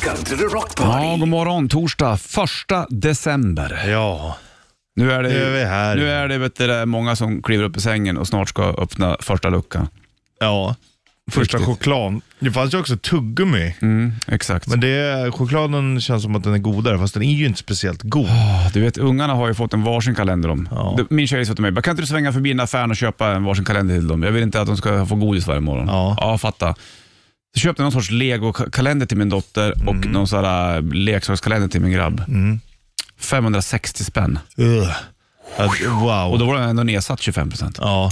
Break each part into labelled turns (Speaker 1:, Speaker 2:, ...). Speaker 1: Country Rock
Speaker 2: Ja,
Speaker 1: Party.
Speaker 2: god morgon. Torsdag, första december.
Speaker 3: Ja,
Speaker 2: Nu är det,
Speaker 3: Nu är vi här.
Speaker 2: Nu är det vet du, det är många som kliver upp i sängen och snart ska öppna första luckan.
Speaker 3: ja. Första
Speaker 2: Riktigt.
Speaker 3: choklad. Det fanns ju också tuggummi.
Speaker 2: Mm, exakt.
Speaker 3: Men det, chokladen känns som att den är godare, fast den är ju inte speciellt god.
Speaker 2: Ah, Du vet, ungarna har ju fått en varsin kalender om.
Speaker 3: Ja.
Speaker 2: Det- Min tjej sa till mig, "Bara, kan inte du svänga förbi den affären och köpa en varsin kalender till dem? Jag vill inte att de ska få godis varje morgon.
Speaker 3: Ja.
Speaker 2: fatta. Så köpte jag någon sorts legokalender till min dotter och
Speaker 3: Mm.
Speaker 2: någon sån här äh, leksakskalender till min grabb. 560 spänn.
Speaker 3: Ugh. Att,
Speaker 2: Och
Speaker 3: wow.
Speaker 2: då var den ändå nedsatt 25 procent.
Speaker 3: Ja.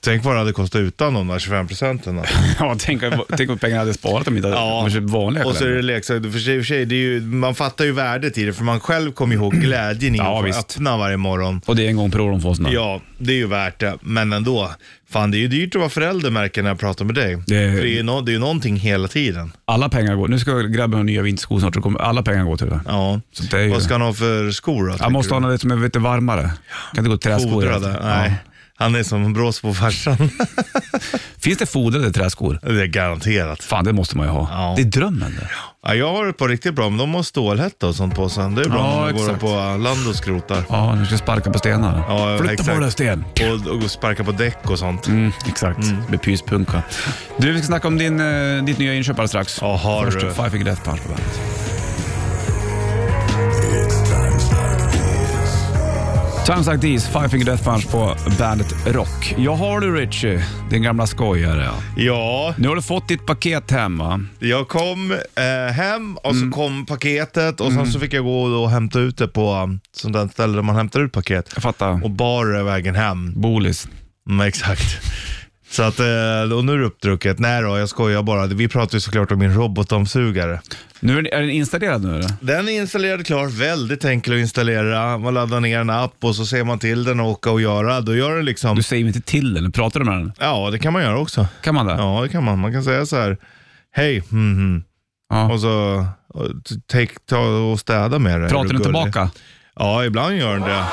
Speaker 3: Tänk vad det hade kostat utan de där 25 procenten.
Speaker 2: Ja, tänk, om- tänk om pengarna hade sparat om inte hade ja. köpt vanliga
Speaker 3: och så är
Speaker 2: kalendrar.
Speaker 3: det leksaker. För sig, för sig, det är ju, man fattar ju värdet i det, för man själv kommer ihåg glädjen i
Speaker 2: Ja,
Speaker 3: att få
Speaker 2: visst.
Speaker 3: öppna varje morgon.
Speaker 2: Och det är en gång per år de får sådana.
Speaker 3: Ja, det är ju värt det. Men ändå. Fan, det är ju dyrt att vara förälder märker jag när jag pratar med dig.
Speaker 2: Det-
Speaker 3: För det är ju no, det är ju någonting hela tiden.
Speaker 2: Alla pengar går. Nu ska grabben ha nya vinterskor snart, så kommer alla pengar gå till det.
Speaker 3: Ja.
Speaker 2: Så det är ju...
Speaker 3: Vad ska han ha för skor då? tycker
Speaker 2: Jag måste
Speaker 3: du?
Speaker 2: ha något som är lite varmare. Kan inte gå träskor.
Speaker 3: Fodrade? Nej.
Speaker 2: Ja.
Speaker 3: Han är som Bråsbofarsan.
Speaker 2: Finns det fodrade träskor?
Speaker 3: det är garanterat.
Speaker 2: Fan, det måste man ju ha.
Speaker 3: Ja.
Speaker 2: Det är drömmen det.
Speaker 3: Ja, jag har ett par riktigt bra, men de har stålhätta och sånt på sig. Det är bra
Speaker 2: Ja,
Speaker 3: när man går
Speaker 2: exakt.
Speaker 3: på land och skrotar.
Speaker 2: Ja, nu ska jag sparka på stenar.
Speaker 3: Ja,
Speaker 2: Flytta
Speaker 3: exakt.
Speaker 2: på den sten.
Speaker 3: Och, och sparka på däck och sånt.
Speaker 2: Mm, exakt, med pyspunka. Du, vi ska snacka om din, eh, ditt nya inköp alldeles strax.
Speaker 3: Ja, har
Speaker 2: Först
Speaker 3: du.
Speaker 2: Five Finger Death Punch på bandet. Times like these, Five Finger Death Punch på bandet Rock. Jag har du Richie, din gamla skojare.
Speaker 3: Ja,
Speaker 2: Nu har du fått ditt paket hem va?
Speaker 3: jag kom eh, hem och så
Speaker 2: Mm.
Speaker 3: kom paketet och sen så fick jag gå och hämta ut det på um, sånt där ställe där man hämtar ut paket.
Speaker 2: Jag fattar.
Speaker 3: Och bar det vägen hem.
Speaker 2: Bolis.
Speaker 3: Mm, exakt. Så att, eh, och nu är det uppdrucket. Nej då, jag skojar bara. Vi pratar ju såklart om min robotdammsugare.
Speaker 2: Nu är den, är den installerad nu eller?
Speaker 3: Den är installerad klar, väldigt enkel att installera. Man laddar ner en app och så ser man till den och åka och göra. Då gör den liksom,
Speaker 2: Du säger ju inte till den, pratar du med den?
Speaker 3: ja det kan man göra också.
Speaker 2: Kan man det?
Speaker 3: Ja det kan man. Man kan säga så här, hej, mhm.
Speaker 2: Ja.
Speaker 3: och så och t- take, ta och städa med det. Är
Speaker 2: Pratar
Speaker 3: du
Speaker 2: den
Speaker 3: gullig?
Speaker 2: tillbaka?
Speaker 3: Ja, ibland gör den det.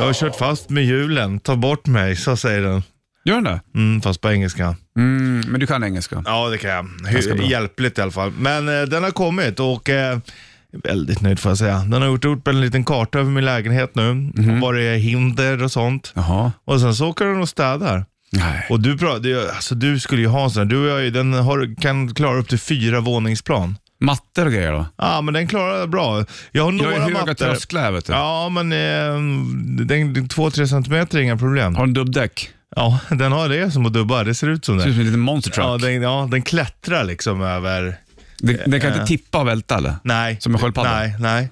Speaker 3: Jag har kört fast med hjulen, ta bort mig, så säger den.
Speaker 2: Gör den det?
Speaker 3: Mm, fast på engelska.
Speaker 2: Mm, men du kan engelska?
Speaker 3: Ja, det kan jag.
Speaker 2: Ganska bra.
Speaker 3: Hur, hjälpligt i alla fall. Men eh, den har kommit och eh, jag är väldigt nöjd får jag säga. Den har gjort upp en liten karta över min lägenhet nu.
Speaker 2: Mhm.
Speaker 3: Var det är hinder och sånt.
Speaker 2: Jaha.
Speaker 3: Och sen så åker den och städar.
Speaker 2: Nej.
Speaker 3: Och du, pra- det, alltså, du skulle ju ha en sån här. Du och jag, är ju- den har, kan klara upp till fyra våningsplan.
Speaker 2: Mattor och grejer då?
Speaker 3: Ja, men den klarar jag bra. Jag har
Speaker 2: Jag
Speaker 3: några
Speaker 2: har ju höga
Speaker 3: mattor.
Speaker 2: trösklar vet du.
Speaker 3: Ja, men eh, den, två, tre centimeter är inga problem.
Speaker 2: Har en dubbdäck?
Speaker 3: Ja, den har det som att dubba. Det ser ut som
Speaker 2: Ser ut
Speaker 3: det.
Speaker 2: som en liten monster
Speaker 3: Ja,
Speaker 2: truck.
Speaker 3: den, ja, den klättrar liksom över
Speaker 2: den, den kan
Speaker 3: Eh.
Speaker 2: inte tippa och välta eller?
Speaker 3: Nej.
Speaker 2: Som en sköldpadda?
Speaker 3: Nej, nej.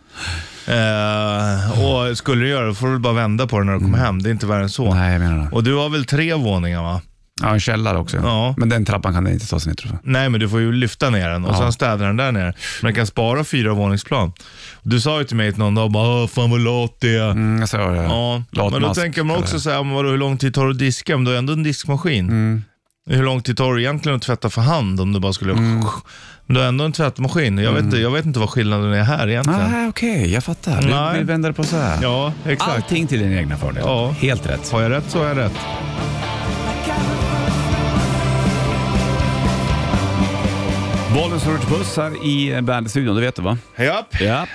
Speaker 3: Eh, och skulle du göra det får du väl bara vända på den när du kommer hem. Det är inte värre än så.
Speaker 2: Mm. Nej, jag menar det.
Speaker 3: Och du har väl tre våningar va?
Speaker 2: Ja, en källare också.
Speaker 3: Ja.
Speaker 2: Men den trappan kan den inte ta sig ner tror jag.
Speaker 3: Nej, men du får ju lyfta ner den och sen städa den där nere. Men den kan spara fyra våningsplan. Du sa ju till mig någon dag, bara, "Åh, fan vad lat det är.
Speaker 2: Mm, jag sa det.
Speaker 3: Ja, men då
Speaker 2: Latmask,
Speaker 3: tänker man också så här, men vadå, hur lång tid tar det att diska? Men du har ändå en diskmaskin.
Speaker 2: Mm.
Speaker 3: Hur lång tid tar det egentligen att tvätta för hand om du bara skulle...
Speaker 2: Mm.
Speaker 3: Men du har ändå en tvättmaskin. Jag vet, inte- jag vet inte vad skillnaden är här egentligen.
Speaker 2: Nej, okej. jag fattar.
Speaker 3: Nej.
Speaker 2: Du vill vända det på så här.
Speaker 3: Ja, exakt.
Speaker 2: Allting till din egna fördel.
Speaker 3: Ja.
Speaker 2: Helt rätt.
Speaker 3: Har jag rätt så har jag rätt.
Speaker 2: Bollens och Rich Puss här i Bandit-studion, det vet du va?
Speaker 3: Japp.
Speaker 2: Japp.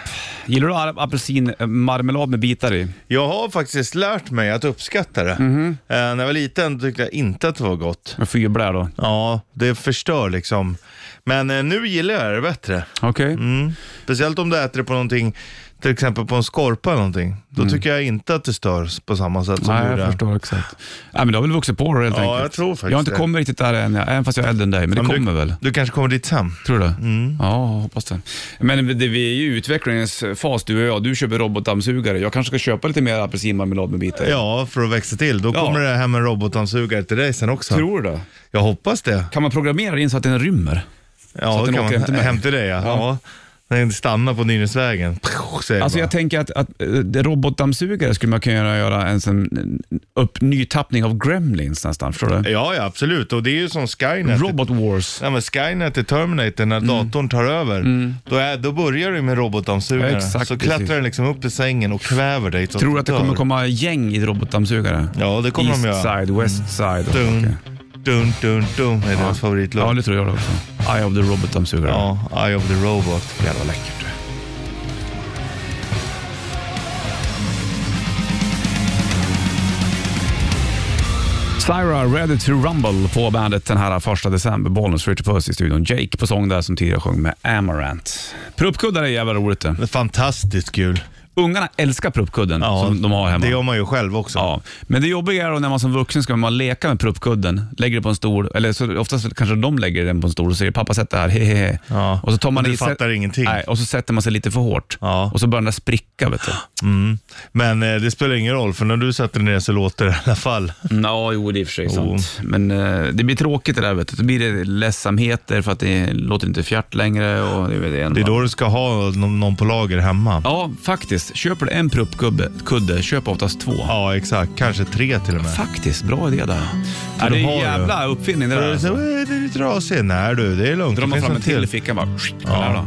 Speaker 2: Gillar du ap- apelsinmarmelad med bitar i?
Speaker 3: Jag har faktiskt lärt mig att uppskatta det.
Speaker 2: Mhm.
Speaker 3: Eh, när jag var liten tyckte jag inte att det var gott.
Speaker 2: Med fyrblä då?
Speaker 3: Ja, det förstör liksom. Men eh, nu gillar jag det bättre.
Speaker 2: Okej.
Speaker 3: Mm. Speciellt om du äter det på någonting, till exempel på en skorpa eller någonting. Då tycker jag inte att det störs på samma sätt som
Speaker 2: Mm. Nej,
Speaker 3: du
Speaker 2: jag
Speaker 3: gjorde.
Speaker 2: förstår exakt. Nej, men du har väl vuxit på det helt
Speaker 3: Ja,
Speaker 2: enkelt?
Speaker 3: jag tror faktiskt
Speaker 2: Jag har inte
Speaker 3: det.
Speaker 2: kommit riktigt där än, även fast jag är äldre än dig, men det
Speaker 3: Men
Speaker 2: kommer
Speaker 3: du, Mm.
Speaker 2: väl?
Speaker 3: Du kanske kommer dit sen.
Speaker 2: Tror du det? Ja, hoppas det. Men det, vi är ju i utvecklingens fas, du och jag. Du köper robotdammsugare. Jag kanske ska köpa lite mer apelsinmarmelad med bitar i.
Speaker 3: Ja, för att växa till. Då
Speaker 2: Ja.
Speaker 3: kommer det hem en robotdammsugare till dig sen också.
Speaker 2: Tror du det?
Speaker 3: Jag hoppas det.
Speaker 2: Kan man programmera in så att den rymmer?
Speaker 3: Ja,
Speaker 2: att den
Speaker 3: kan
Speaker 2: åker
Speaker 3: man-
Speaker 2: hem till mig.
Speaker 3: Hem till dig, ja. ja. Den stannar på Nynäsvägen. säger
Speaker 2: Alltså
Speaker 3: bara.
Speaker 2: jag tänker att, att eh, robotdammsugare skulle man kunna göra en sån eh, upp, nytappning av Gremlins nästan, förstår du?
Speaker 3: Ja, ja absolut. Och det är ju som Skynet.
Speaker 2: Robot Mm. Wars.
Speaker 3: Nej, men Skynet i Terminator, när datorn tar över, då, är, då börjar du med robotdammsugare.
Speaker 2: Mm. Ja, exakt,
Speaker 3: så klättrar
Speaker 2: precis.
Speaker 3: den liksom upp i sängen och kväver dig. så
Speaker 2: Tror du att det
Speaker 3: dör.
Speaker 2: kommer komma gäng i robotdammsugare?
Speaker 3: Ja, det kommer de göra. Mm.
Speaker 2: East side, west side. och-
Speaker 3: Dun,
Speaker 2: okej.
Speaker 3: Dun, dun, dun är deras favoritlåt.
Speaker 2: Ja, det tror jag det också. Eye of the Robot-dammsugare.
Speaker 3: Ja, Eye of the Robot.
Speaker 2: Jävla läckert. du. Syra, Ready to Rumble på bandet den här första december. Bollnäs, Richard Puss i studion. Jake på sång där som tidigare sjöng med Amarant. Pruppkuddar är jävla roligt det.
Speaker 3: Det är Fantastiskt kul.
Speaker 2: Ungarna älskar pruppkudden som de har hemma.
Speaker 3: Det gör man ju själv också.
Speaker 2: Ja, men det jobbiga är då när man som vuxen ska man leka med pruppkudden, lägger det på en stol, eller så oftast kanske de lägger den på en stol och säger pappa sätt det här, hehehe.
Speaker 3: Ja,
Speaker 2: Och så tar man
Speaker 3: och du
Speaker 2: i-
Speaker 3: fattar ingenting.
Speaker 2: Nej, och så sätter man sig lite för hårt
Speaker 3: Ja.
Speaker 2: och så börjar den där spricka. Vet du.
Speaker 3: Men eh, det spelar ingen roll, för när du sätter dig ner så låter det i alla fall.
Speaker 2: Ja, jo det är i och för sig sant. Men eh, det blir tråkigt det där. Vet du. Då blir det ledsamheter för att det låter inte fjärt längre. Och det, det,
Speaker 3: Det är då du ska ha någon någon på lager hemma. Ja,
Speaker 2: Ja, faktiskt. Köper du en pruppkudde, kudde, köp oftast två.
Speaker 3: exakt. Kanske tre till och med.
Speaker 2: Faktiskt, bra idé där. Ja, det
Speaker 3: du
Speaker 2: är
Speaker 3: har
Speaker 2: en
Speaker 3: ju-
Speaker 2: jävla uppfinning det
Speaker 3: För
Speaker 2: där.
Speaker 3: det är så,
Speaker 2: alltså.
Speaker 3: "Eh, det är lite trasig. Nej du, det är lugnt.
Speaker 2: drar
Speaker 3: det
Speaker 2: man
Speaker 3: finns
Speaker 2: fram
Speaker 3: en
Speaker 2: en till i fickan bara. kolla här då.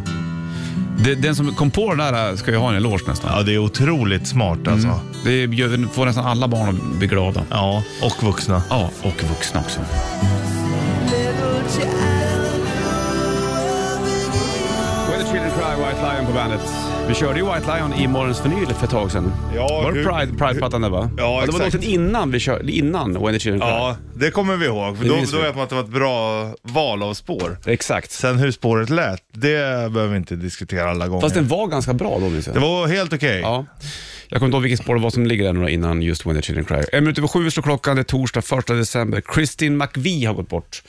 Speaker 2: Det- Den som kom på den där äh, ska ju ha en eloge nästan.
Speaker 3: Ja, det är otroligt smart alltså.
Speaker 2: Det gör- får nästan alla barn att bli glada.
Speaker 3: Ja, och vuxna.
Speaker 2: Ja, och vuxna också. When the Children Cry, White Lion på bandet. Vi körde ju White Lion i morgons förnyelse för ett tag sedan.
Speaker 3: Ja,
Speaker 2: var det
Speaker 3: hur-
Speaker 2: Pride- Pride-plattan där va?
Speaker 3: Ja,
Speaker 2: Det var
Speaker 3: exakt.
Speaker 2: låten innan, vi kör, innan When the Children Cry.
Speaker 3: Ja, det kommer vi ihåg. För
Speaker 2: Det
Speaker 3: då,
Speaker 2: minns
Speaker 3: då
Speaker 2: vi.
Speaker 3: vet man att det var ett bra val av spår.
Speaker 2: Exakt.
Speaker 3: Sen hur spåret lät, det behöver vi inte diskutera alla gånger.
Speaker 2: Fast den var ganska bra då minns
Speaker 3: Det
Speaker 2: jag.
Speaker 3: var helt okej.
Speaker 2: Ja. Jag kommer inte ihåg vilket spår det var som ligger där några innan just When the Children Cry. En minut över sju slår klockan, det är torsdag 1 december. Christine McVie har gått bort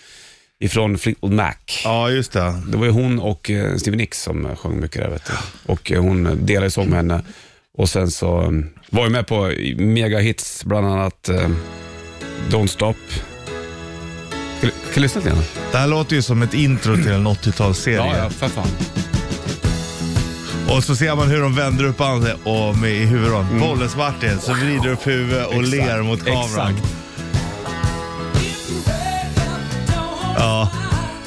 Speaker 2: ifrån Fleetwood Mac.
Speaker 3: Ja, just det.
Speaker 2: Det var ju hon och eh, Stevie Nicks som eh, sjöng mycket där. Vet du. Och eh, hon delade ju sång med henne. Och sen så eh, var ju med på megahits, bland annat eh, Don't Stop. Ska du- Ska du lyssna lite grann?
Speaker 3: Det här låter ju som ett intro till en 80-talsserie.
Speaker 2: för fan.
Speaker 3: Och så ser man hur de vänder upp handen och med i huvudet. Bollens Martin, så vrider upp huvudet och ler mot kameran.
Speaker 2: Exakt.
Speaker 3: Ja,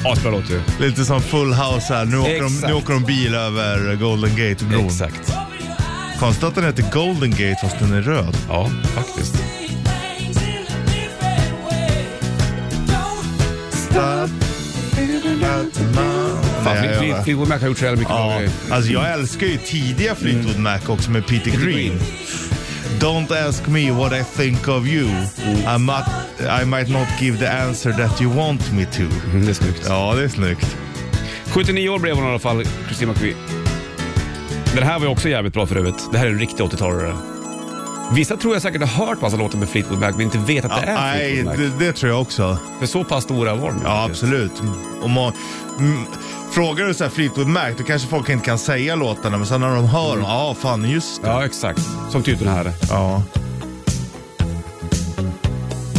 Speaker 2: Asbra låt ju.
Speaker 3: lite som Full House här. Nu åker, de,
Speaker 2: Exakt.
Speaker 3: nu åker de bil över Golden Gate-bron.
Speaker 2: Exakt.
Speaker 3: Konstigt att den heter Golden Gate fast den är röd.
Speaker 2: Ja, faktiskt. Fan,
Speaker 3: Nej, jag-
Speaker 2: Fleet- Fleetwood Mac har gjort så jävla mycket bra
Speaker 3: Ja,
Speaker 2: grejer.
Speaker 3: alltså jag älskar ju tidiga Fleetwood Mac också med Peter Green.
Speaker 2: Mm. Green.
Speaker 3: Don't ask me what I think of you. I, might, I might not give the answer that you want me to.
Speaker 2: Mm, Det är snyggt.
Speaker 3: Ja, det är snyggt.
Speaker 2: 79 år blev hon i alla fall, Christine McVie. Den här var ju också jävligt bra för övrigt. Det här är en riktig 80-talare. Vissa tror jag säkert har hört massa låtar med Fleetwood Mac, men inte vet att det är
Speaker 3: Nej,
Speaker 2: Fleetwood Mac.
Speaker 3: det, det tror jag också.
Speaker 2: För så pass stora var de ju
Speaker 3: Ja,
Speaker 2: faktiskt.
Speaker 3: absolut. Om man, mm, frågar du så här Fleetwood Mac, då kanske folk inte kan säga låtarna, men sen när de hör
Speaker 2: Mm.
Speaker 3: dem, ja fan just det.
Speaker 2: Ja, exakt. Som typ den här
Speaker 3: Ja.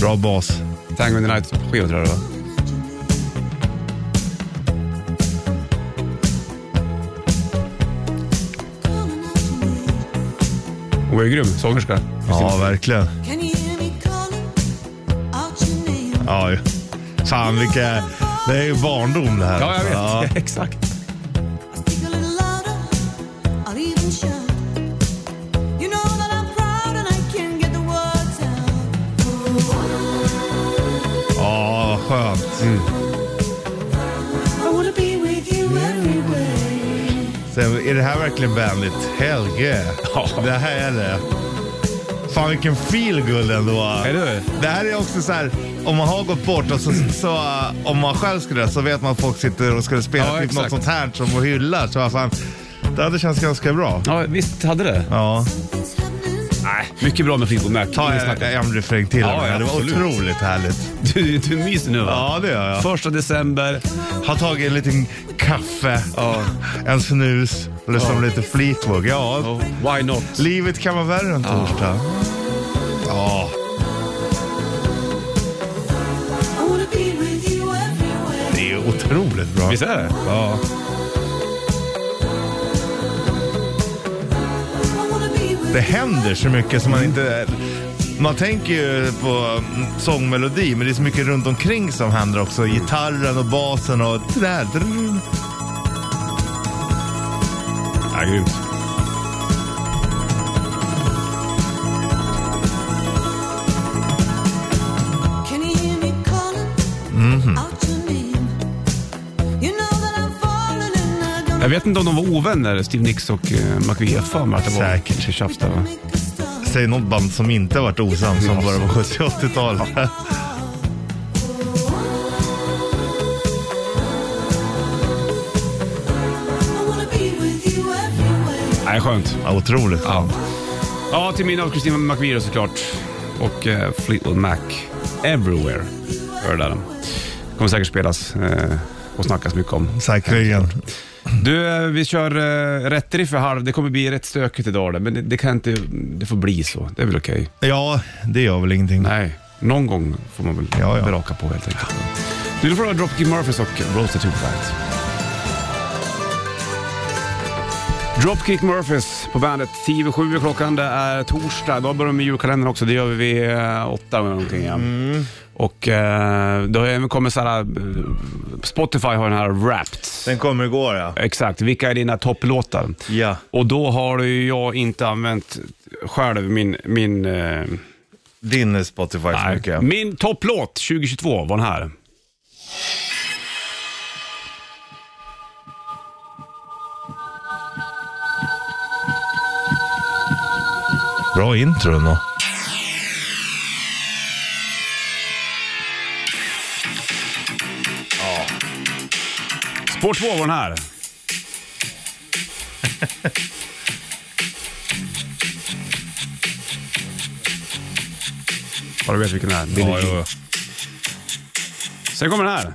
Speaker 3: Bra bas.
Speaker 2: Tango in the Night-skivan tror jag det var. Hon var ju grym sångerska.
Speaker 3: Ja, verkligen. Ja, ju. fan vilka... Det är ju barndom det här.
Speaker 2: Ja, jag vet.
Speaker 3: Ja.
Speaker 2: exakt.
Speaker 3: Ja, vad skönt.
Speaker 2: Mm.
Speaker 3: Sen, eh, är det här verkligen vänligt? Hell yeah.
Speaker 2: Ja.
Speaker 3: Det här är det. Fan vilken feelgood ändå.
Speaker 2: Är du?
Speaker 3: Det här är också så här, om man har gått bort och så, så äh, om man själv skulle det så vet man att folk sitter och skulle spela
Speaker 2: Ja,
Speaker 3: typ något
Speaker 2: exakt.
Speaker 3: sånt här som och hyllar. Så fan, det hade känts ganska bra.
Speaker 2: Ja, visst hade det.
Speaker 3: Ja,
Speaker 2: Nej, mycket bra med Fleetwood Mac.
Speaker 3: ta
Speaker 2: Ingen
Speaker 3: en,
Speaker 2: snack om.
Speaker 3: en refräng till.
Speaker 2: Ja, ja,
Speaker 3: det var
Speaker 2: absolut.
Speaker 3: otroligt härligt.
Speaker 2: Du, du myser nu va?
Speaker 3: Ja, det gör jag.
Speaker 2: Första december.
Speaker 3: Har tagit en liten kaffe, en snus och lyssnat på lite Fleetwood. Ja,
Speaker 2: Why not?
Speaker 3: livet kan vara värre än torsdag. Ja, det är otroligt bra.
Speaker 2: Visst är det?
Speaker 3: Ja. Det händer så mycket som man inte... Man tänker ju på mm, sångmelodi, men det är så mycket runt omkring som händer också. Gitarren och basen och det där. Drrrr.
Speaker 2: Ja, grymt.
Speaker 1: Can you hear me calling
Speaker 2: Jag vet inte om de var ovänner, Steve Nicks och eh, McVie. Jag har för mig att det var
Speaker 3: Säkert.
Speaker 2: lite tjafs där, va?
Speaker 3: Säg något band som inte har varit osams som bara var 70 och 80-tal.
Speaker 2: Nej, skönt.
Speaker 3: Ja, otroligt.
Speaker 2: Ja. ja, till minne av Christina McVie då såklart. Och eh, Fleetwood Mac. Everywhere. Hör det där. Kommer säkert spelas eh, och snackas mycket om.
Speaker 3: Säkerligen.
Speaker 2: Du, eh, vi kör eh, rätt riff för halv. Det kommer bli rätt stökigt idag, då, men det, det kan inte... Det får bli så. Det är väl okej.
Speaker 3: Ja, det gör väl ingenting.
Speaker 2: Nej, någon gång får man väl
Speaker 3: Ja, ja.
Speaker 2: braka på helt enkelt. Du, då får du ha Dropkick Murphys och Roasted Tooth Bands. Dropkick Murphys på bandet. 10.07 är klockan, det är torsdag. Idag börjar vi med julkalendern också. Det gör vi vid eh, åtta eller någonting. Ja.
Speaker 3: Mm.
Speaker 2: Och eh, det har även kommit såhär... eh, Spotify har den här Wrapped.
Speaker 3: Den kommer igår ja.
Speaker 2: Exakt, vilka är dina topplåtar?
Speaker 3: Ja.
Speaker 2: Och då har ju jag inte använt själv min... min eh,
Speaker 3: Din Spotify för mycket.
Speaker 2: min topplåt 2022 var den här.
Speaker 3: Bra intro ändå.
Speaker 2: Spår 2 var den här. Ja, du vet vilken det är. Billie Jean. Sen kommer den här.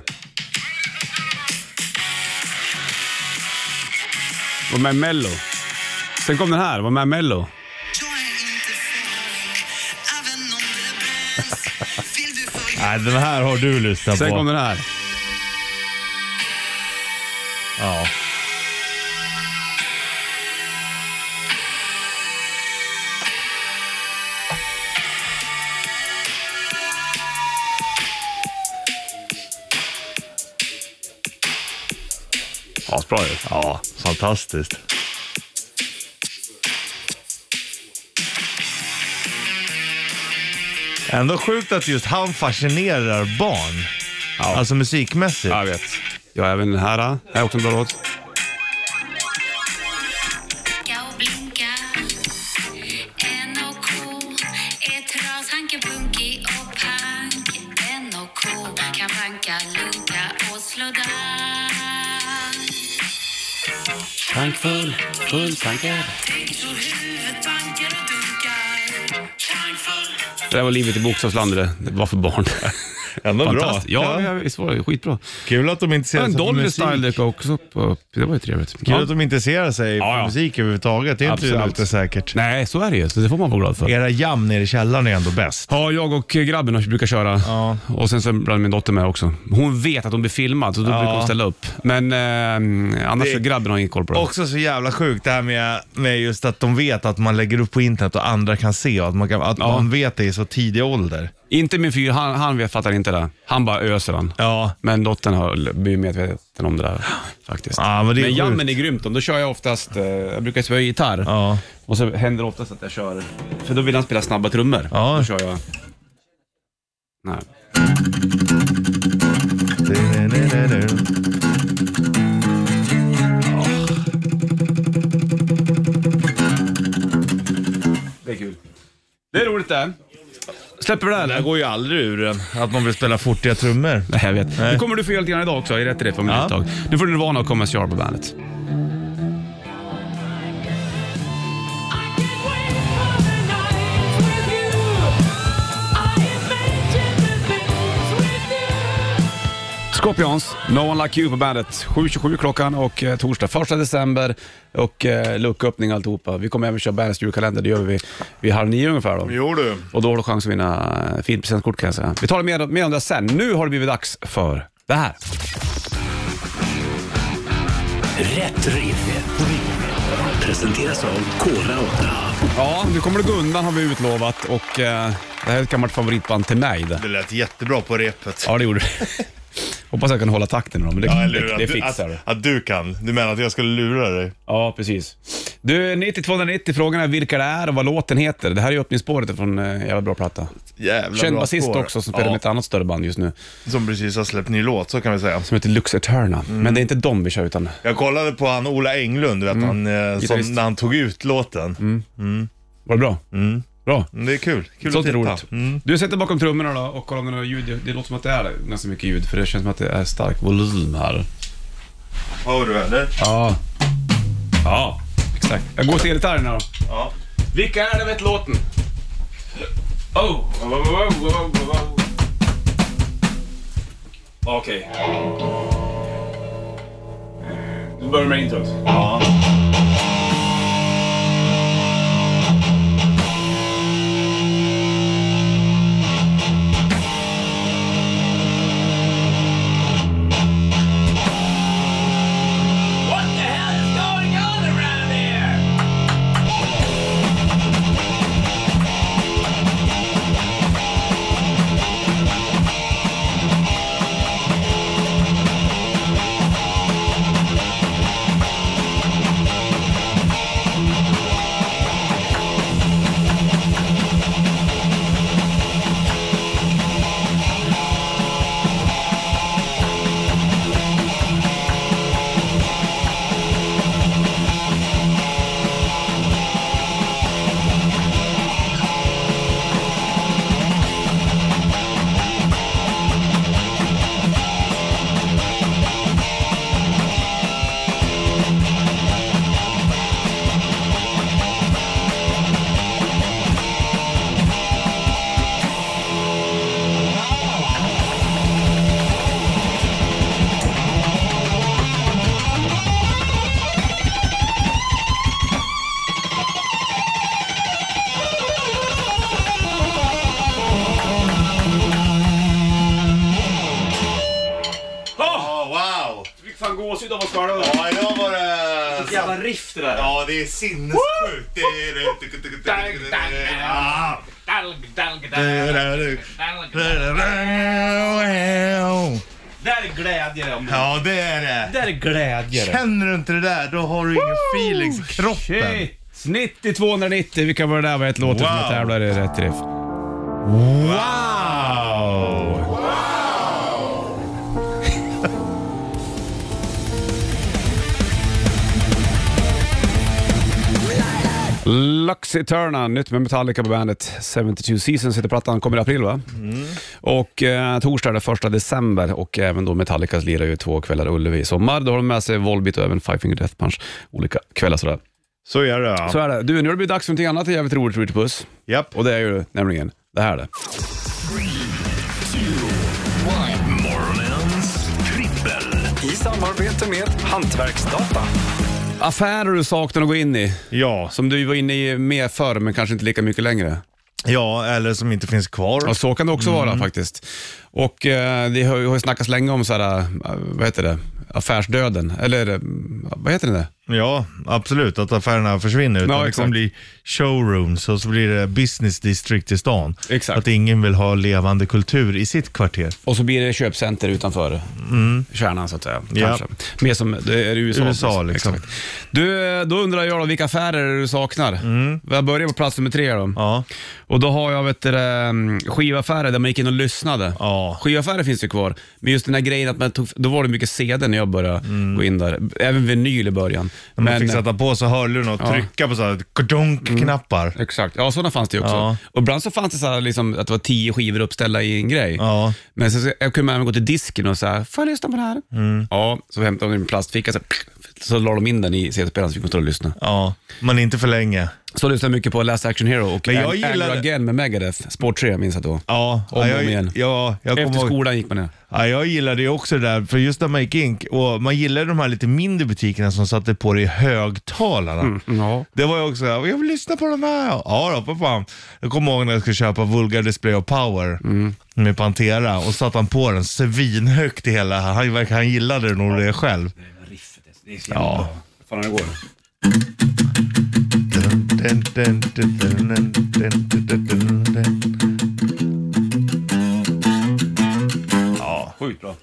Speaker 2: Var med Mello. Sen kom den här, var med Mello.
Speaker 3: Nej, den här har du lyssnat
Speaker 2: Sen
Speaker 3: på.
Speaker 2: kom den här.
Speaker 3: Ja.
Speaker 2: Ja, bra ju.
Speaker 3: ja, fantastiskt. Ändå sjukt att just han fascinerar barn. Alltså musikmässigt.
Speaker 2: Jag vet. Jag har även den här. Här är också en bra låt.
Speaker 1: blinka och blinka N och K är tras, Hanke, Punky och Pank N och K kan banka, lunka och slå dank
Speaker 2: Tankfull, full tankar.
Speaker 1: Tänker så huvudet bankar och dunkar Tankfull
Speaker 2: Det där var livet i bokstavslandet. det. Det var för barn.
Speaker 3: Ändå bra.
Speaker 2: Fantastiskt. Ja, ja, visst var det skitbra.
Speaker 3: Kul att de
Speaker 2: Ja,
Speaker 3: intresserar
Speaker 2: en
Speaker 3: sig för
Speaker 2: Dolly
Speaker 3: musik.
Speaker 2: Style dök också upp. upp. Det var ju trevligt.
Speaker 3: Kul
Speaker 2: Ja.
Speaker 3: att de intresserar sig
Speaker 2: Ja,
Speaker 3: för
Speaker 2: ja.
Speaker 3: musik överhuvudtaget. Det är inte
Speaker 2: Absolut.
Speaker 3: alltid säkert.
Speaker 2: Nej, så är det ju. Så det får man vara glad för.
Speaker 3: Era jam nere i källaren är ändå bäst.
Speaker 2: Ja, jag och grabben brukar köra.
Speaker 3: Ja.
Speaker 2: Och sen så bland min dotter med också. Hon vet att hon blir filmad, så då
Speaker 3: Ja.
Speaker 2: brukar hon ställa upp. Men eh, annars
Speaker 3: Det-
Speaker 2: så grabben har ingen koll på det.
Speaker 3: Också så jävla sjukt det här med, med just att de vet att man lägger upp på internet och andra kan se och att man, kan, att
Speaker 2: Ja.
Speaker 3: man vet det i så tidig ålder.
Speaker 2: Inte min fyr, han, han vet- fattar inte det. Han bara öser han.
Speaker 3: Ja.
Speaker 2: Men dottern har blivit medveten om det där faktiskt.
Speaker 3: Ja, men det är
Speaker 2: men
Speaker 3: sjukt.
Speaker 2: jammen är grymt om. Då kör jag oftast, eh, jag brukar spela gitarr.
Speaker 3: Ja.
Speaker 2: Och så händer det oftast att jag kör, för då vill han spela snabba trummor.
Speaker 3: Ja.
Speaker 2: Då kör jag... Nej. Det är kul. Det är roligt det. Släpper vi det här
Speaker 3: Det här
Speaker 2: eller?
Speaker 3: går ju aldrig ur en, att man vill spela fortiga trummor.
Speaker 2: Nej, jag vet. Nu kommer du få göra lite grann idag också, i rätt riff om
Speaker 3: Ja.
Speaker 2: ett tag. Nu får du Nirvana och Commas Jar på bandet. Scorpions, No One Like You på bandet. 7.27 klockan och eh, torsdag 1 december och eh, lucköppning och alltihopa. Vi kommer även köra bandets julkalender, det gör vi vid halv nio ungefär då.
Speaker 3: Jo du.
Speaker 2: Och då har du chans att vinna eh, fint presentkort kan jag säga. Vi talar mer, mer om det sen. Nu har det blivit dags för det här.
Speaker 4: Rätt riff. Presenteras av Kora 8.
Speaker 2: Ja, nu kommer det gå undan har vi utlovat och eh, det här är ett gammalt favoritband till mig. Det.
Speaker 3: Det lät jättebra på repet.
Speaker 2: Ja, det gjorde det. Hoppas jag kan hålla takten nu då, men det,
Speaker 3: Ja, eller hur?
Speaker 2: det, det
Speaker 3: Att du-
Speaker 2: fixar
Speaker 3: att,
Speaker 2: det.
Speaker 3: att du kan. Du menar att jag skulle lura dig?
Speaker 2: Ja, precis. Du, 9290, frågan är vilka det är och vad låten heter. Det här är ju öppningsspåret från eh, jävla bra platta.
Speaker 3: Jävla
Speaker 2: Känd
Speaker 3: bra
Speaker 2: basist
Speaker 3: spår.
Speaker 2: också som spelar med ett annat större band just nu,
Speaker 3: Som precis har släppt ny låt, så kan vi säga.
Speaker 2: som heter Lux Eterna.
Speaker 3: Mm.
Speaker 2: Men det är inte dem vi kör utan.
Speaker 3: Jag kollade på han Ola Englund, du vet, han, eh,
Speaker 2: Mm. Gitarrist. Mm.
Speaker 3: som, när han tog ut låten.
Speaker 2: Var det bra? Bra.
Speaker 3: Men Det är kul. Mm. Kul
Speaker 2: Sånt är
Speaker 3: att titta.
Speaker 2: roligt.
Speaker 3: Mm.
Speaker 2: Du sätter bakom trummorna då och kollar om det är några ljud. Det- Det låter som att det är ganska mycket ljud för det känns som att det är stark volym här.
Speaker 3: Hör du eller?
Speaker 2: Ja. Ja, exakt. Jag går till elgitarrerna då.
Speaker 3: Ja.
Speaker 2: Vilka är det vet låten? Oh! oh, oh, oh, oh, oh. Okej. Du börjar med introt.
Speaker 3: ja.
Speaker 5: What the hell is going on around here?
Speaker 3: Ja, wow!
Speaker 2: Fick fan gåshud av att skala då.
Speaker 3: Ja, idag var det...
Speaker 2: Jävla riff det där.
Speaker 3: Ja, det är sinnessjukt. Det är... Ja.
Speaker 1: Dalg, dalg, dalg. Där är glädje det om det.
Speaker 3: Ja, det är det.
Speaker 2: Där är glädje det.
Speaker 3: Känner du inte det där, då har du ingen feelings i kroppen.
Speaker 2: Shit! 90 290, vilka var det där var ett låt som
Speaker 3: Wow.
Speaker 2: jag tävlar i rätt riff.
Speaker 3: Wow!
Speaker 2: Lux Eterna, nytt med Metallica på bandet. 72 Seasons heter plattan, kommer i april va? Och eh, torsdag den 1 december och även då Metallicas lirar ju två kvällar i Ullevi i sommar. Då har de med sig Volbeat och även Five Finger Death Punch olika kvällar sådär.
Speaker 3: Så är det ja.
Speaker 2: Så är det. Du, nu har det blivit dags för någonting annat jävligt roligt Ritchie Puss.
Speaker 3: Japp.
Speaker 2: Och det är ju nämligen det här det.
Speaker 4: Morgonens trippel.
Speaker 6: I samarbete med Hantverksdata.
Speaker 2: Affärer du saknar att gå in i,
Speaker 3: Ja,
Speaker 2: som du var inne i mer förr men kanske inte lika mycket längre.
Speaker 3: ja, eller som inte finns kvar.
Speaker 2: Ja, så kan det också vara faktiskt. Och eh, det har ju har ju snackats länge om så här, eh, vad heter det, affärsdöden. Eller mm, vad heter det?
Speaker 3: Ja, absolut. Att affärerna försvinner. Utan
Speaker 2: Ja,
Speaker 3: det
Speaker 2: exakt.
Speaker 3: kommer bli showrooms och så blir det business district i stan.
Speaker 2: Exakt.
Speaker 3: Att ingen vill ha levande kultur i sitt kvarter.
Speaker 2: Och så blir det köpcenter utanför kärnan så att säga.
Speaker 3: Mm. Ja.
Speaker 2: Kanske. Mer som det är i USA.
Speaker 3: USA, liksom.
Speaker 2: Exakt. Du, eh, då undrar jag då, vilka affärer du saknar? Jag börjar på plats nummer tre då.
Speaker 3: Mm. Ja.
Speaker 2: Och då har jag vet du, det, mm, skivaffärer där man gick in och lyssnade.
Speaker 3: Ja.
Speaker 2: Skivaffärer finns ju kvar, men just den här grejen att man tog, då var det mycket CD när jag började gå in där. Även vinyl i början.
Speaker 3: När Mm. man fick sätta på så hörde du och
Speaker 2: eh, Ja. Mm.
Speaker 3: trycka på så här kodonk-knappar.
Speaker 2: Exakt, ja sådana fanns det ju också.
Speaker 3: Ja.
Speaker 2: Och ibland så fanns det så här, liksom, att det var tio skivor uppställda i en grej.
Speaker 3: Ja.
Speaker 2: Men sen så, jag kunde man även gå till disken och säga, får jag lyssna på det här?
Speaker 3: Mm.
Speaker 2: Ja, så hämtade de en plastficka, så, så la de in den i CD-spelaren så fick man stå och lyssna.
Speaker 3: Ja, men inte för länge.
Speaker 2: Så lyssnade jag mycket på Last Action Hero och
Speaker 3: Men jag
Speaker 2: Ang- Angry
Speaker 3: gillade-
Speaker 2: Again med Megadeth, Sport 3 minns jag då.
Speaker 3: Ja,
Speaker 2: Om och
Speaker 3: ja, jag,
Speaker 2: igen.
Speaker 3: Ja, jag kommer
Speaker 2: Efter
Speaker 3: ihåg-
Speaker 2: skolan gick man ner.
Speaker 3: Ja, jag gillade ju också det där, för just när man gick in, och man gillade de här lite mindre butikerna som satte på det i högtalarna.
Speaker 2: Mm, Ja.
Speaker 3: Det var ju också såhär, jag vill lyssna på de här. Ja då, för fan. Jag kommer ihåg när jag skulle köpa Vulgar Display of Power
Speaker 2: Mm.
Speaker 3: med Pantera och satte han på den svinhögt i hela, han, verkar- han gillade nog det själv.
Speaker 2: ja. Fan, det går.
Speaker 3: Ja,
Speaker 2: Sjukt bra.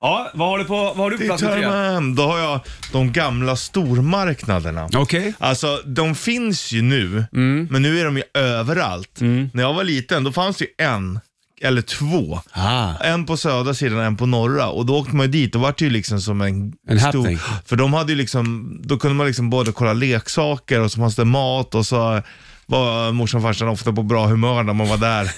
Speaker 1: Ja, vad har du på, vad har du på plats nummer tre?
Speaker 3: Tittarman. Då har jag de gamla stormarknaderna.
Speaker 2: Okej.
Speaker 3: Alltså, de finns ju nu, men nu är de ju överallt. När jag var liten, då fanns det ju en eller två.
Speaker 2: Ah.
Speaker 3: En på södra sidan och en på norra. Och då åkte man ju dit och vart det ju liksom som en,
Speaker 2: En happening.
Speaker 3: För de hade ju liksom, då kunde man liksom både kolla leksaker och så fanns det mat och så var morsan och farsan ofta på bra humör när man var där.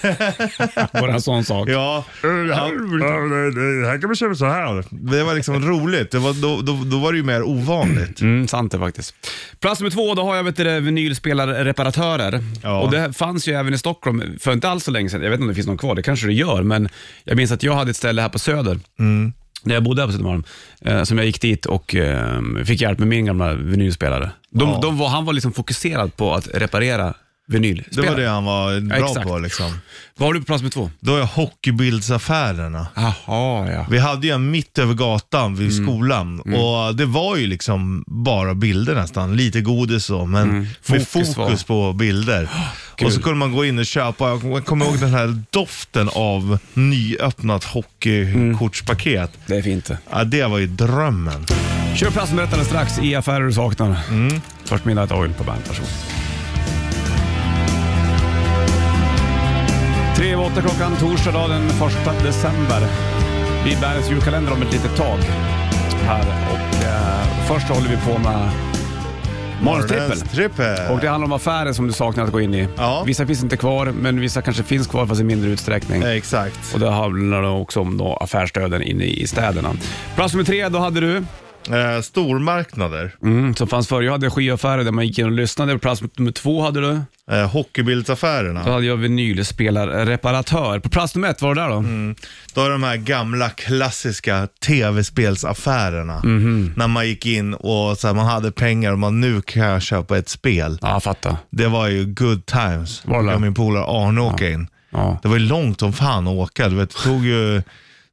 Speaker 2: Bara en sån sak.
Speaker 3: Ja. Här kan man köpa så här. Det var liksom roligt. Det var, då, då, då var det ju mer ovanligt.
Speaker 2: Mm, sant det faktiskt. Plats nummer två, då har jag vet du, det, vinylspelarreparatörer.
Speaker 3: Ja.
Speaker 2: Och det fanns ju även i Stockholm för inte alls så länge sedan. Jag vet inte om det finns någon kvar, det kanske det gör, men jag minns att jag hade ett ställe här på Söder.
Speaker 3: Mm.
Speaker 2: När jag bodde här på Södermalm, eh, som jag gick dit och eh, fick hjälp med min gamla vinylspelare. De, de var, han var liksom fokuserad på att reparera
Speaker 3: Det
Speaker 2: vinylspelare.
Speaker 3: var det han var bra
Speaker 2: Exakt.
Speaker 3: på liksom.
Speaker 2: Vad har du på plats med två?
Speaker 3: Då är hockeybildsaffärerna.
Speaker 2: Jaha, ja.
Speaker 3: Vi hade ju en mitt över gatan vid
Speaker 2: Mm.
Speaker 3: skolan och det var ju liksom bara bilder nästan. Lite godis och men med
Speaker 2: Mm. Fokus
Speaker 3: fokus
Speaker 2: var-
Speaker 3: på bilder. och så
Speaker 2: kul.
Speaker 3: kunde man gå in och köpa, jag kommer ihåg den här doften av nyöppnat hockeykortspaket.
Speaker 2: Det är fint det.
Speaker 3: Ja, det var ju drömmen.
Speaker 2: Kör plastmätaren strax i Affärer du saknar.
Speaker 3: Mm.
Speaker 2: Först Midnight Oil på bandet, varsågod. Tre över åtta klockan torsdag dag, den första december. Vi bär ens julkalender om ett litet tag. Här och eh, först håller vi på med Morgonstrippel.
Speaker 3: Trippel.
Speaker 2: Och det handlar om affärer som du saknar att gå in i.
Speaker 3: Ja.
Speaker 2: Vissa finns inte kvar, men vissa kanske finns kvar fast i mindre utsträckning.
Speaker 3: Eh, Exakt.
Speaker 2: Och det handlar också om då affärsstöden inne i städerna. Plats nummer tre, då hade du?
Speaker 3: Eh, stormarknader.
Speaker 2: Mm, som fanns förr. Jag hade skivaffärer där man gick in och lyssnade. På plats nummer två hade du.
Speaker 3: Eh, hockeybildsaffärerna.
Speaker 2: Då hade jag vinylspelarreparatör. På plats nummer ett, var det där då?
Speaker 3: Mm. Då är de här gamla klassiska tv-spelsaffärerna.
Speaker 2: Mhm.
Speaker 3: När man gick in och så här, man hade pengar och man nu kan jag köpa ett spel.
Speaker 2: Ja, jag fattar.
Speaker 3: Det var ju good times.
Speaker 2: Var det?
Speaker 3: Jag och min polare Arne åka in.
Speaker 2: Ja.
Speaker 3: Det var ju långt som fan att åka. Du vet, det, tog ju,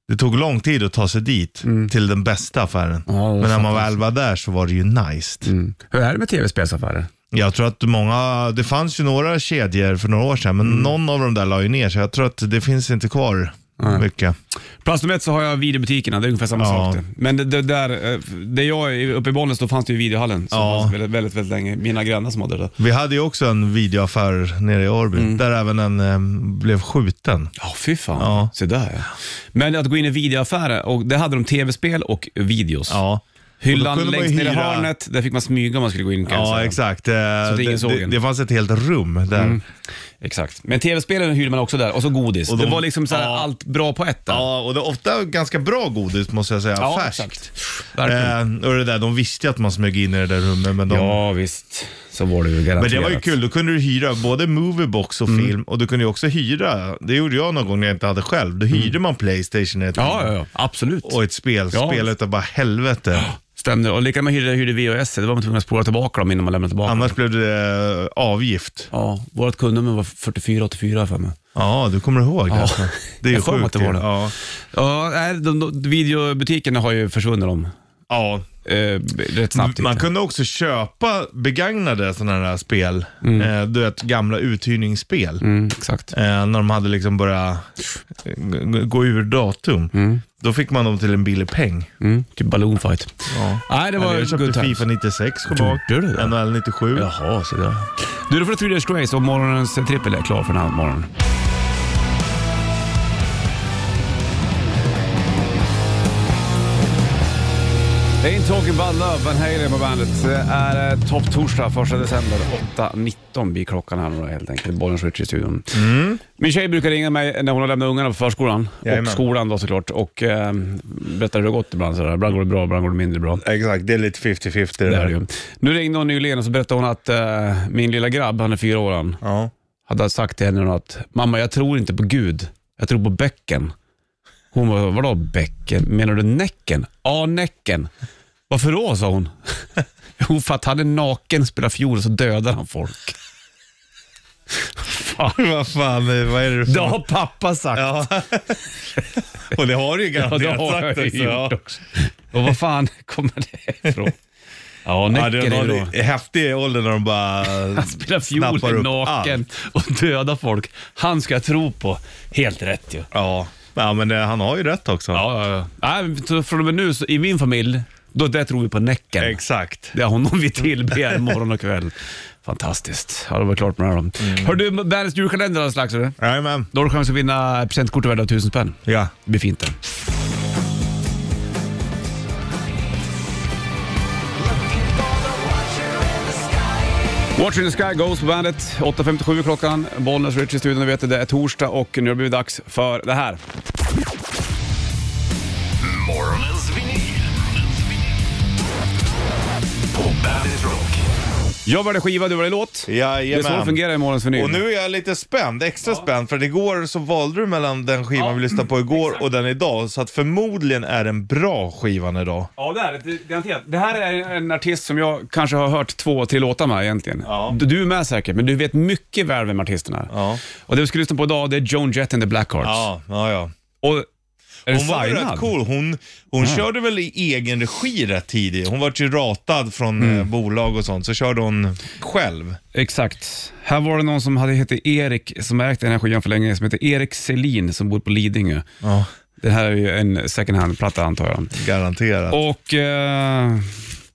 Speaker 3: det tog lång tid att ta sig dit till den bästa affären.
Speaker 2: Mm. det var
Speaker 3: Men när man väl var där så var det ju nice.
Speaker 2: Mm. Hur är det med tv-spelsaffärer?
Speaker 3: Jag tror att många, det fanns ju några kedjor för några år sedan,
Speaker 2: Mm.
Speaker 3: men någon av dem där la ju ner, så jag tror att det finns inte kvar mycket.
Speaker 2: Plats nummer ett så har jag videobutikerna. Det är ungefär samma
Speaker 3: Ja.
Speaker 2: sak det. Men det, det där, eh, det jag, är- uppe i Bollnäs, då fanns det ju videohallen. Som
Speaker 3: Ja.
Speaker 2: fanns väldigt, väldigt, väldigt länge. Mina grannar som hade det.
Speaker 3: Vi hade ju också en videoaffär nere i Årby,
Speaker 2: Mm.
Speaker 3: där även en eh, blev skjuten.
Speaker 2: Ja, fy fan.
Speaker 3: Ja.
Speaker 2: Se där ja. Men att gå in i videoaffärer, och det hade de tv-spel och videos.
Speaker 3: Ja,
Speaker 2: Hyllan
Speaker 3: kunde man ju
Speaker 2: längst ner i
Speaker 3: hyra-
Speaker 2: hörnet, där fick man smyga om man skulle gå in kan jag
Speaker 3: ja
Speaker 2: säga.
Speaker 3: exakt. Eh, det,
Speaker 2: ingen Mm. såg
Speaker 3: det,
Speaker 2: en.
Speaker 3: det fanns ett helt rum där.
Speaker 2: Exakt. Men tv-spelen hyrde man också där och så godis.
Speaker 3: Och de-
Speaker 2: det var liksom så här
Speaker 3: ja.
Speaker 2: allt bra på ett där.
Speaker 3: Ja, och det är ofta ganska bra godis måste jag säga.
Speaker 2: Ja,
Speaker 3: Färskt.
Speaker 2: Verkligen.
Speaker 3: Eh, och det där, de visste ju att man smög in i det där rummet, men de
Speaker 2: Ja visst, så var det ju garanterat.
Speaker 3: Men det var ju kul, då kunde du hyra både moviebox och
Speaker 2: Mm.
Speaker 3: film och du kunde ju också hyra, det gjorde jag någon gång när jag inte hade själv, då hyrde man Playstation ett
Speaker 2: Mm. Ja, ja, ja. absolut.
Speaker 3: och ett spel,
Speaker 2: Ja.
Speaker 3: spelet av bara helvete.
Speaker 2: Stämde. Och lika med hyrde, hyrde VHS, det var man tvungen att spola tillbaka dem innan man lämnade tillbaka dem.
Speaker 3: Annars blev det eh, avgift.
Speaker 2: Ja, vårt kundnummer var 4484 för mig.
Speaker 3: Ja, du kommer ihåg det.
Speaker 2: Ja.
Speaker 3: alltså. Det är ju
Speaker 2: Jag får mig
Speaker 3: sjukt.
Speaker 2: att det var det.
Speaker 3: Ja.
Speaker 2: Ja, nej, de, de, videobutikerna har ju försvunnit om
Speaker 3: ja.
Speaker 2: eh, rätt snabbt.
Speaker 3: Man
Speaker 2: tyckte
Speaker 3: kunde också köpa begagnade sådana här spel, eh, du vet gamla uthyrningsspel.
Speaker 2: jag. mm, exakt.
Speaker 3: Eh, när de hade liksom börjat eh, g- gå ur datum. Då fick man dem till en billig peng.
Speaker 2: Mm, typ Balloon Fight.
Speaker 3: Ja.
Speaker 2: Nej, det var
Speaker 3: jag köpte
Speaker 2: good times.
Speaker 3: Fifa 96, kommer jag
Speaker 2: Gjorde du
Speaker 3: ihåg.
Speaker 2: det?
Speaker 3: NHL 97.
Speaker 2: Jaha, så där. Du, då får du Three Days Grace och morgonens trippel är klar för den här morgonen. Ain't talking about love, Van Halen på bandet. Det är eh, topptorsdag, första december. 8.19 blir klockan här nu då, helt enkelt. Bollens Richie i studion. Min tjej brukar ringa mig när hon har lämnat ungarna på förskolan
Speaker 3: Jajamän.
Speaker 2: och skolan då såklart och eh, berättar hur det har gått ibland. Sådär. Ibland går det bra, ibland går det mindre bra.
Speaker 3: Exakt, det är lite 50-50
Speaker 2: Det
Speaker 3: det
Speaker 2: är det
Speaker 3: där.
Speaker 2: ju. Nu ringde hon nyligen och så berättade hon att eh, min lilla grabb, han är fyra år, han,
Speaker 3: Ja.
Speaker 2: hade sagt till henne att mamma jag tror inte på Gud, jag tror på bäcken. Hon var vadå bäcken? Menar du näcken? Ja, näcken. Varför då? sa hon. Jo, för att han är naken, spelar fiol och så dödar han folk. Fan.
Speaker 3: vad fan, eh, vad är det
Speaker 2: Det har pappa sagt.
Speaker 3: Ja. Och det har du ju
Speaker 2: Ja, det
Speaker 3: garanterat
Speaker 2: har jag
Speaker 3: sagt
Speaker 2: ju
Speaker 3: också.
Speaker 2: gjort
Speaker 3: Ja.
Speaker 2: också. Och vad fan kommer det ifrån? Ja,
Speaker 3: Ja,
Speaker 2: näcken
Speaker 3: det
Speaker 2: är bra.
Speaker 3: var häftig ålder när de bara
Speaker 2: Han spelar
Speaker 3: snappar
Speaker 2: fiol
Speaker 3: upp
Speaker 2: naken och dödar folk. Han ska jag tro på. Helt rätt ju.
Speaker 3: Ja. Ja, men eh, han har ju rätt också.
Speaker 2: Ja, ja, ja. Nej, så från och med nu så, i min familj, då där tror vi på näcken.
Speaker 3: Exakt.
Speaker 2: Det är honom vi tillber morgon och kväll. Fantastiskt. Ja, det var klart med det här då. Hör du, Bandets julkalender alldeles strax. hörru.
Speaker 3: Jajamän.
Speaker 2: Då har du chans att vinna presentkort värda 1000 spänn.
Speaker 3: Ja.
Speaker 2: Det blir fint det. Watch in the sky goes på bandet. 8.57 klockan. Bollnäs Rich i studion, ni vet det. Det är torsdag och nu har det blivit dags för det här.
Speaker 4: Morgonens vinyl. På Bandit Rock.
Speaker 2: Jag väljer skiva, du väljer låt. Det är
Speaker 3: Jajamän.
Speaker 2: så det fungerar i morgons vinyl.
Speaker 3: Och nu är jag lite spänd, extra spänd, för att igår så valde du mellan den skivan vi lyssnade på igår och den idag. Så att förmodligen är den bra skivan idag.
Speaker 2: Ja, det är det. det. Garanterat. Det här är en artist som jag kanske har hört två, tre låtar med egentligen.
Speaker 3: Ja.
Speaker 2: Du- Du är med säkert, men du vet mycket väl vem artisten är.
Speaker 3: Ja.
Speaker 2: Och det vi ska lyssna på idag, det är Joan Jett and the Blackhearts.
Speaker 3: Ja, ja, ja.
Speaker 2: Och är det
Speaker 3: Hon var ju
Speaker 2: signad?
Speaker 3: rätt cool. Hon, hon körde väl i egen regi rätt tidigt. Hon var ju ratad från
Speaker 2: Mm.
Speaker 3: eh, bolag och sånt, så körde hon själv.
Speaker 2: Exakt. Här var det någon som hade hette Erik, som ägde den här skivan för länge, som heter Erik Selin, som bor på Lidingö.
Speaker 3: Ja,
Speaker 2: Det här är ju en second hand-platta antar jag.
Speaker 3: garanterat.
Speaker 2: Och... Eh,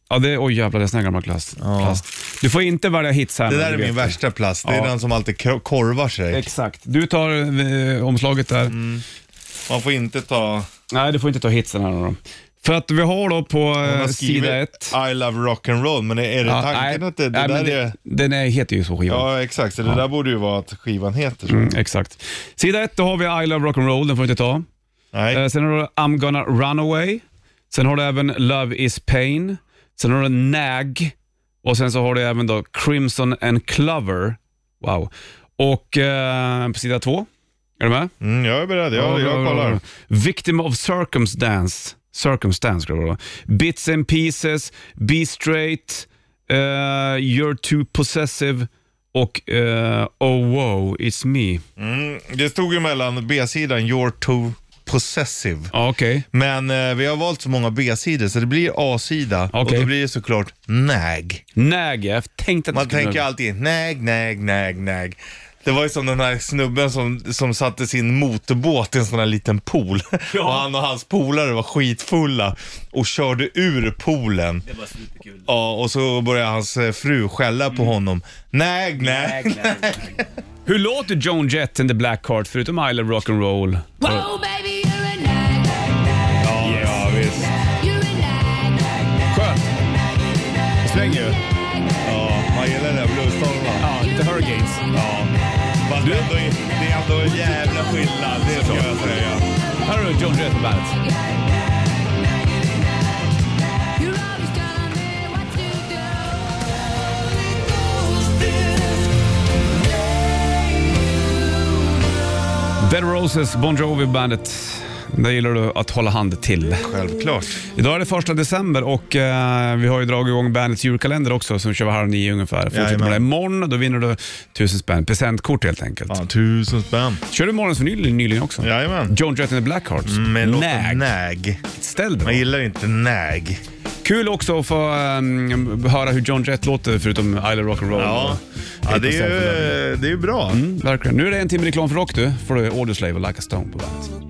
Speaker 2: ja, det, oj jävlar, det är sån här gammal plast. plast. Du får inte välja hits här.
Speaker 3: det
Speaker 2: men
Speaker 3: där
Speaker 2: du
Speaker 3: är
Speaker 2: vet
Speaker 3: min värsta plast. Det är
Speaker 2: Ja.
Speaker 3: den som alltid kor- korvar sig.
Speaker 2: Exakt. Du tar eh, omslaget där.
Speaker 3: Mm. Man får inte ta...
Speaker 2: Nej, du får inte ta hitsen här nu då. För att vi har då på
Speaker 3: Hon
Speaker 2: eh,
Speaker 3: har
Speaker 2: sida ett.
Speaker 3: skrivit I love rock'n'roll, men är det
Speaker 2: Ja,
Speaker 3: tanken att det, det
Speaker 2: nej, men
Speaker 3: där
Speaker 2: det-
Speaker 3: är...
Speaker 2: Den är, heter ju så skivan.
Speaker 3: Ja, exakt. Så det där borde ju vara att skivan heter så.
Speaker 2: Mm, exakt. Sida ett, då har vi I Love Rock'n'Roll, den får du inte ta.
Speaker 3: Nej.
Speaker 2: Eh, sen har du I'm Gonna Run Away. Sen har du även Love Is Pain. Sen har du Nag. Och sen så har du även då Crimson and Clover. Wow. Och eh, på sida två, är du med?
Speaker 3: Mm, jag är beredd. Jag, jag kollar.
Speaker 2: Victim of circumstance. Circumstance skulle det vara. Bits and pieces, Be straight, eh, You're too possessive och eh, Oh wow, it's me.
Speaker 3: Mm, det stod ju mellan B-sidan You're too possessive.
Speaker 2: Ja, Okej.
Speaker 3: Men eh, vi har valt så många B-sidor så det blir A-sida och
Speaker 2: Okej.
Speaker 3: då blir det såklart nag.
Speaker 2: Nag, jag tänkte att
Speaker 3: Man
Speaker 2: det skulle-
Speaker 3: tänker alltid nag, nag, nag, nag. Det var ju som den här snubben som, som satte sin motorbåt i en sån här liten pool. Och han och hans polare var skitfulla och körde ur poolen.
Speaker 7: Det var superkul.
Speaker 3: Ja, och så började hans eh, fru skälla
Speaker 2: Mm.
Speaker 3: på honom. Nag, nag.
Speaker 2: Hur låter Joan Jett and the Blackheart förutom I Love Rock'n'Roll?
Speaker 1: Wow, baby, you're a nag,
Speaker 3: Ja, ja, visst.
Speaker 1: you're a nag.
Speaker 2: Skönt.
Speaker 3: Släng ju. Ja, man gillar den där bluestormarna.
Speaker 2: Ja, lite Hurricanes.
Speaker 3: Ja. Fast det är ändå, det är ändå en jävla skillnad, det ska jag säga.
Speaker 2: Här har du Joan Jett på bandet.
Speaker 1: You're always telling me what to do.
Speaker 2: Dead Roses, Bon Jovi bandet. Där gillar du att hålla hand till.
Speaker 3: Självklart.
Speaker 2: Idag är det första december och eh, vi har ju dragit igång bandets julkalender också som kör vid halv nio ungefär. Fortsätter med
Speaker 3: Jajamän.
Speaker 2: det imorgon, då vinner du tusen spänn. Presentkort helt enkelt.
Speaker 3: Fan, tusen spänn.
Speaker 2: Kör du morgons vinyl nyligen också?
Speaker 3: Jajamän.
Speaker 2: John Jett and the Blackhearts.
Speaker 3: Mm, Med
Speaker 2: Nag.
Speaker 3: låten Nag.
Speaker 2: Ställ
Speaker 3: Man
Speaker 2: dig.
Speaker 3: gillar inte Nag.
Speaker 2: Kul också att få ehm, höra hur John Jett låter förutom I love rock'n'roll.
Speaker 3: Ja, Mm.
Speaker 2: och
Speaker 3: ja det, är
Speaker 2: Eight Percent of Love.
Speaker 3: ju, det är ju bra.
Speaker 2: Verkligen. Nu är det en timme reklam för rock du. får du Audio Slave och Like a Stone på bandet.